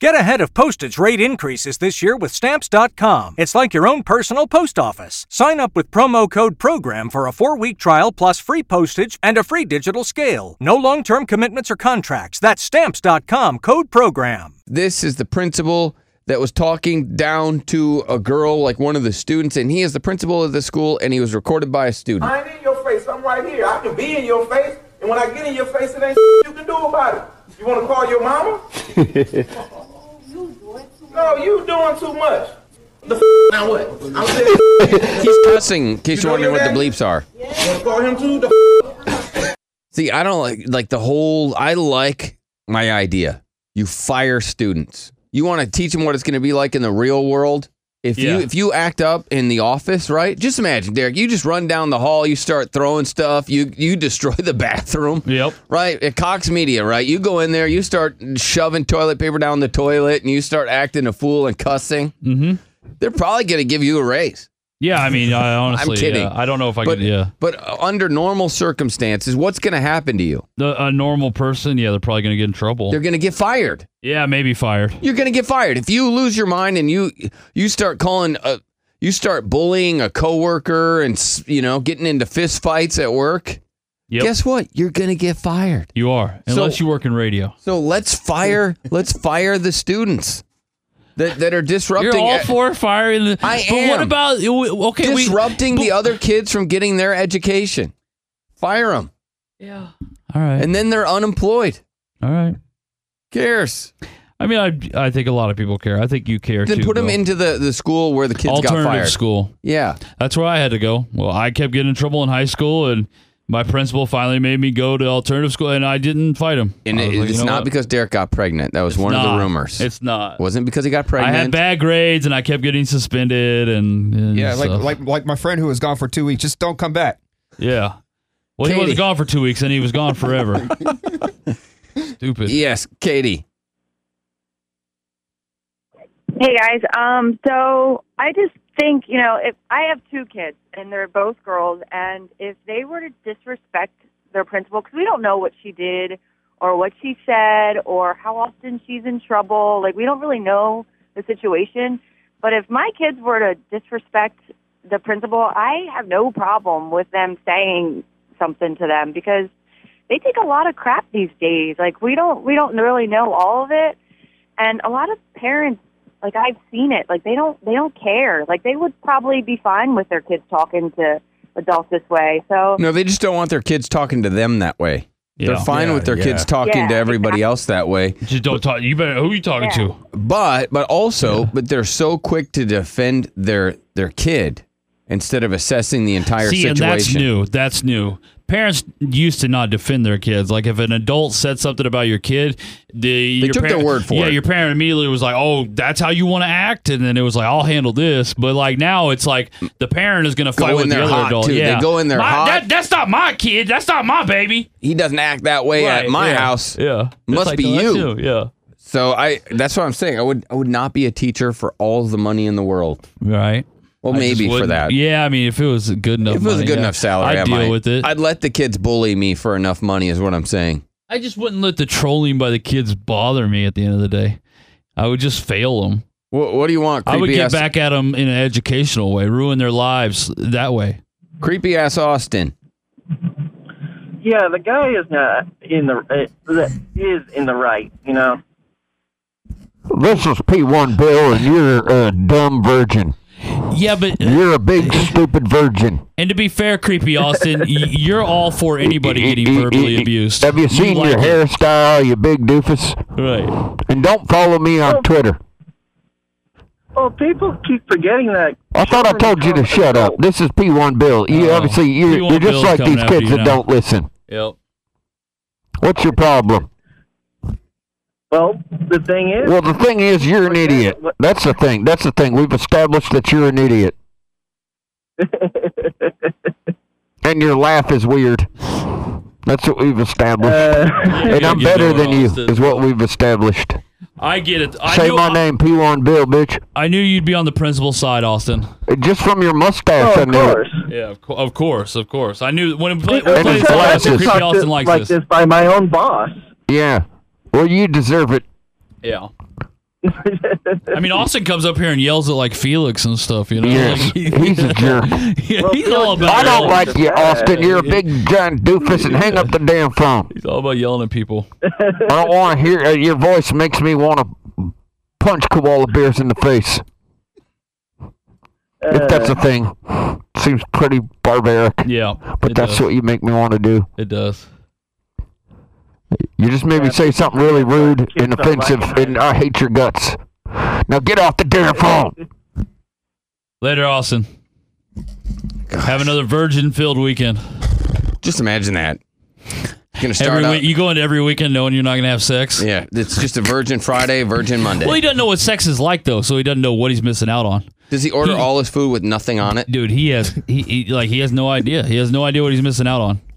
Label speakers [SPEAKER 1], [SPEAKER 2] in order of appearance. [SPEAKER 1] Get ahead of postage rate increases this year with Stamps.com. It's like your own personal post office. Sign up with promo code PROGRAM for a four week trial plus free postage and a free digital scale. No long term commitments or contracts. That's Stamps.com code PROGRAM.
[SPEAKER 2] This is the principal that was talking down to a girl, like one of the students, and he is the principal of the school, and he was recorded by a student.
[SPEAKER 3] I ain't in your face. I'm right here. I can be in your face, and when I get in your face, it ain't you can do about it. You want to call your mama? no, you doing too much. The now what? I'm saying
[SPEAKER 2] He's cussing, in case
[SPEAKER 3] You
[SPEAKER 2] you're
[SPEAKER 3] know
[SPEAKER 2] wondering what
[SPEAKER 3] your
[SPEAKER 2] the
[SPEAKER 3] name?
[SPEAKER 2] bleeps are.
[SPEAKER 3] you want to call him too. The
[SPEAKER 2] See, I don't like like the whole. I like my idea. You fire students. You want to teach them what it's going to be like in the real world. If
[SPEAKER 4] Yeah.
[SPEAKER 2] you if you act up in the office, right? Just imagine, Derek. You just run down the hall. You start throwing stuff. You you destroy the bathroom.
[SPEAKER 4] Yep.
[SPEAKER 2] Right at Cox Media, right? You go in there, you start shoving toilet paper down the toilet, and you start acting a fool and cussing. Mm-hmm. They're probably going to give you a raise.
[SPEAKER 4] Yeah, I mean, I honestly,
[SPEAKER 2] kidding.
[SPEAKER 4] yeah, I don't know if I
[SPEAKER 2] But
[SPEAKER 4] could. Yeah,
[SPEAKER 2] but under normal circumstances, what's going to happen to you?
[SPEAKER 4] the, a normal person, yeah, they're probably gonna get in trouble.
[SPEAKER 2] They're going to get fired.
[SPEAKER 4] yeah, maybe fired.
[SPEAKER 2] you're going to get fired if you lose your mind and you you start calling a you start bullying a coworker and s- you know getting into fist fights at work
[SPEAKER 4] Yep.
[SPEAKER 2] guess what you're going to get fired
[SPEAKER 4] You are, unless you work in radio.
[SPEAKER 2] so let's fire let's fire the students that that are disrupting e-
[SPEAKER 4] You're all for firing the.
[SPEAKER 2] I
[SPEAKER 4] but what
[SPEAKER 2] am.
[SPEAKER 4] about okay? we-
[SPEAKER 2] disrupting
[SPEAKER 4] but-
[SPEAKER 2] the other kids from getting their education fire them
[SPEAKER 4] All right,
[SPEAKER 2] and then they're unemployed
[SPEAKER 4] all right.
[SPEAKER 2] cares
[SPEAKER 4] I mean, I I think a lot of people care. I think you care
[SPEAKER 2] then
[SPEAKER 4] too.
[SPEAKER 2] put them
[SPEAKER 4] though.
[SPEAKER 2] into the, the school where the kids got
[SPEAKER 4] alternative
[SPEAKER 2] fired
[SPEAKER 4] school.
[SPEAKER 2] yeah
[SPEAKER 4] That's where I had to go. Well, I kept getting in trouble in high school, and my principal finally made me go to alternative school, and I didn't fight him.
[SPEAKER 2] and
[SPEAKER 4] I
[SPEAKER 2] it,
[SPEAKER 4] was like,
[SPEAKER 2] it's
[SPEAKER 4] you know
[SPEAKER 2] not
[SPEAKER 4] what?
[SPEAKER 2] because derek got pregnant that was one of
[SPEAKER 4] Not.
[SPEAKER 2] the rumors
[SPEAKER 4] It's not.
[SPEAKER 2] wasn't because he got
[SPEAKER 4] I
[SPEAKER 2] pregnant.
[SPEAKER 4] had bad grades, and I kept getting suspended, and, and
[SPEAKER 5] Yeah, like
[SPEAKER 4] stuff.
[SPEAKER 5] like like my friend who was gone for two weeks. Just don't come back.
[SPEAKER 4] yeah. Well, he
[SPEAKER 2] Katie.
[SPEAKER 4] was gone for two weeks, and he was gone forever. Stupid.
[SPEAKER 2] Yes, Katie.
[SPEAKER 6] Hey guys, um, so I just think you know if I have two kids and they're both girls, and if they were to disrespect their principal because we don't know what she did or what she said or how often she's in trouble, like we don't really know the situation. But if my kids were to disrespect the principal, I have no problem with them saying something to them because they take a lot of crap these days. Like we don't we don't really know all of it. And a lot of parents like I've seen it, like they don't they don't care. Like they would probably be fine with their kids talking to adults this way. So
[SPEAKER 2] No, they just don't want their kids talking to them that way. They're
[SPEAKER 4] Yeah.
[SPEAKER 2] fine
[SPEAKER 5] Yeah,
[SPEAKER 2] with their
[SPEAKER 5] yeah.
[SPEAKER 2] kids talking
[SPEAKER 6] Yeah,
[SPEAKER 2] to everybody else that way.
[SPEAKER 4] Just don't talk. You better. Who you talking
[SPEAKER 6] Yeah.
[SPEAKER 4] to?
[SPEAKER 2] But but also, but they're so quick to defend their their kid instead of assessing the entire
[SPEAKER 4] See, and
[SPEAKER 2] situation.
[SPEAKER 4] that's new. That's new. Parents used to not defend their kids. Like if an adult said something about your kid, the they your
[SPEAKER 2] took their
[SPEAKER 4] parent-
[SPEAKER 2] word for
[SPEAKER 4] yeah,
[SPEAKER 2] it.
[SPEAKER 4] your parent immediately was like, "Oh, that's how you want to act," and then it was like, "I'll handle this." But like now, it's like the parent is going to fight
[SPEAKER 2] in
[SPEAKER 4] with the
[SPEAKER 2] there
[SPEAKER 4] other
[SPEAKER 2] hot,
[SPEAKER 4] adult.
[SPEAKER 2] too. They
[SPEAKER 4] Yeah,
[SPEAKER 2] go in there
[SPEAKER 4] My-
[SPEAKER 2] hot.
[SPEAKER 4] That, that's not my kid. That's not my baby.
[SPEAKER 2] He doesn't act that way at
[SPEAKER 4] Right,
[SPEAKER 2] my
[SPEAKER 4] yeah,
[SPEAKER 2] house.
[SPEAKER 4] Yeah,
[SPEAKER 2] Must
[SPEAKER 4] It's like,
[SPEAKER 2] be
[SPEAKER 4] "No, that's
[SPEAKER 2] you."
[SPEAKER 4] Yeah.
[SPEAKER 2] So I that's what I'm saying. I would I would not be a teacher for all the money in the world.
[SPEAKER 4] Right.
[SPEAKER 2] Well,
[SPEAKER 4] I just
[SPEAKER 2] maybe for
[SPEAKER 4] wouldn't-
[SPEAKER 2] that.
[SPEAKER 4] Yeah, I mean, if it was a good enough,
[SPEAKER 2] If it was a
[SPEAKER 4] money,
[SPEAKER 2] good
[SPEAKER 4] yeah,
[SPEAKER 2] enough salary,
[SPEAKER 4] I'd
[SPEAKER 2] I
[SPEAKER 4] deal
[SPEAKER 2] might.
[SPEAKER 4] with it.
[SPEAKER 2] I'd let the kids bully me for enough money, is what I'm saying.
[SPEAKER 4] I just wouldn't let the trolling by the kids bother me at the end of the day. I would just fail them.
[SPEAKER 2] What, what do you want?
[SPEAKER 4] I would
[SPEAKER 2] creepy
[SPEAKER 4] get
[SPEAKER 2] ass-
[SPEAKER 4] back at them in an educational way, ruin their lives that way.
[SPEAKER 2] Creepy ass Austin.
[SPEAKER 7] Yeah, the guy is not in the uh, is in the right, you know.
[SPEAKER 8] This is P1 Bill, and you're a dumb virgin.
[SPEAKER 4] Yeah, but
[SPEAKER 8] You're a big, stupid virgin.
[SPEAKER 4] and to be fair, creepy Austin, y- you're all for anybody getting verbally abused.
[SPEAKER 8] Have you seen
[SPEAKER 4] like
[SPEAKER 8] your
[SPEAKER 4] it.
[SPEAKER 8] hairstyle, you big doofus?
[SPEAKER 4] Right.
[SPEAKER 8] And don't follow me on Twitter.
[SPEAKER 7] Oh, people keep forgetting that.
[SPEAKER 8] I thought I told you to shut up. This is P1 Bill. You
[SPEAKER 4] Oh,
[SPEAKER 8] obviously you're,
[SPEAKER 4] P1
[SPEAKER 8] you're just
[SPEAKER 4] Bill's
[SPEAKER 8] like
[SPEAKER 4] coming
[SPEAKER 8] these
[SPEAKER 4] after
[SPEAKER 8] kids
[SPEAKER 4] you
[SPEAKER 8] that
[SPEAKER 4] now.
[SPEAKER 8] don't listen.
[SPEAKER 4] Yep.
[SPEAKER 8] What's your problem?
[SPEAKER 7] Well, the thing is,
[SPEAKER 8] Well, the thing is, you're an
[SPEAKER 7] Okay,
[SPEAKER 8] idiot.
[SPEAKER 7] what-
[SPEAKER 8] That's the thing. That's the thing. We've established that you're an idiot, and your laugh is weird. That's what we've established.
[SPEAKER 7] uh,
[SPEAKER 8] and I'm
[SPEAKER 4] get
[SPEAKER 8] better
[SPEAKER 4] going,
[SPEAKER 8] than you,
[SPEAKER 4] Austin.
[SPEAKER 8] is what we've established.
[SPEAKER 4] I get it. I
[SPEAKER 8] Say
[SPEAKER 4] knew,
[SPEAKER 8] my name, P1 Bill, bitch.
[SPEAKER 4] I knew you'd be on the principal side, Austin.
[SPEAKER 8] Just from your mustache,
[SPEAKER 7] oh,
[SPEAKER 8] I
[SPEAKER 7] of
[SPEAKER 8] knew it.
[SPEAKER 7] course.
[SPEAKER 4] Yeah, of, co- of course, of course. I knew when we play, when we
[SPEAKER 8] And
[SPEAKER 4] play
[SPEAKER 8] his
[SPEAKER 4] this podcast,
[SPEAKER 8] glasses.
[SPEAKER 4] creepy Austin
[SPEAKER 7] like
[SPEAKER 4] likes
[SPEAKER 7] this. by my own boss.
[SPEAKER 8] Yeah. Well, you deserve it.
[SPEAKER 4] Yeah. I mean, Austin comes up here and yells at like Felix and stuff. You know,
[SPEAKER 8] Yes,
[SPEAKER 4] Like,
[SPEAKER 8] he's a jerk.
[SPEAKER 4] he's
[SPEAKER 7] Well,
[SPEAKER 4] all about.
[SPEAKER 8] I don't
[SPEAKER 4] yelling.
[SPEAKER 8] like you, Austin. You're a big giant doofus, and hang up the damn phone.
[SPEAKER 4] He's all about yelling at people.
[SPEAKER 8] I don't want to hear uh, your voice. Makes me want to punch koala bears in the face. If that's
[SPEAKER 7] Uh.
[SPEAKER 8] a thing, seems pretty barbaric,
[SPEAKER 4] Yeah,
[SPEAKER 8] but
[SPEAKER 4] it
[SPEAKER 8] that's
[SPEAKER 4] does.
[SPEAKER 8] what you make me want to do.
[SPEAKER 4] it does.
[SPEAKER 8] You just made me say something really rude
[SPEAKER 7] Keep
[SPEAKER 8] and
[SPEAKER 7] something
[SPEAKER 8] offensive,
[SPEAKER 7] like that.
[SPEAKER 8] and I hate your guts. Now get off the damn phone.
[SPEAKER 4] Later, Austin. Have another virgin-filled weekend.
[SPEAKER 2] Just imagine that. Gonna start
[SPEAKER 4] Every
[SPEAKER 2] out.
[SPEAKER 4] week, you go into every weekend knowing you're not gonna have sex.
[SPEAKER 2] yeah, it's just a Virgin Friday, Virgin Monday.
[SPEAKER 4] Well, he doesn't know what sex is like though, so he doesn't know what he's missing out on.
[SPEAKER 2] Does he order all his food with nothing on it?
[SPEAKER 4] Dude, he has he, he like he has no idea. He has no idea what he's missing out on.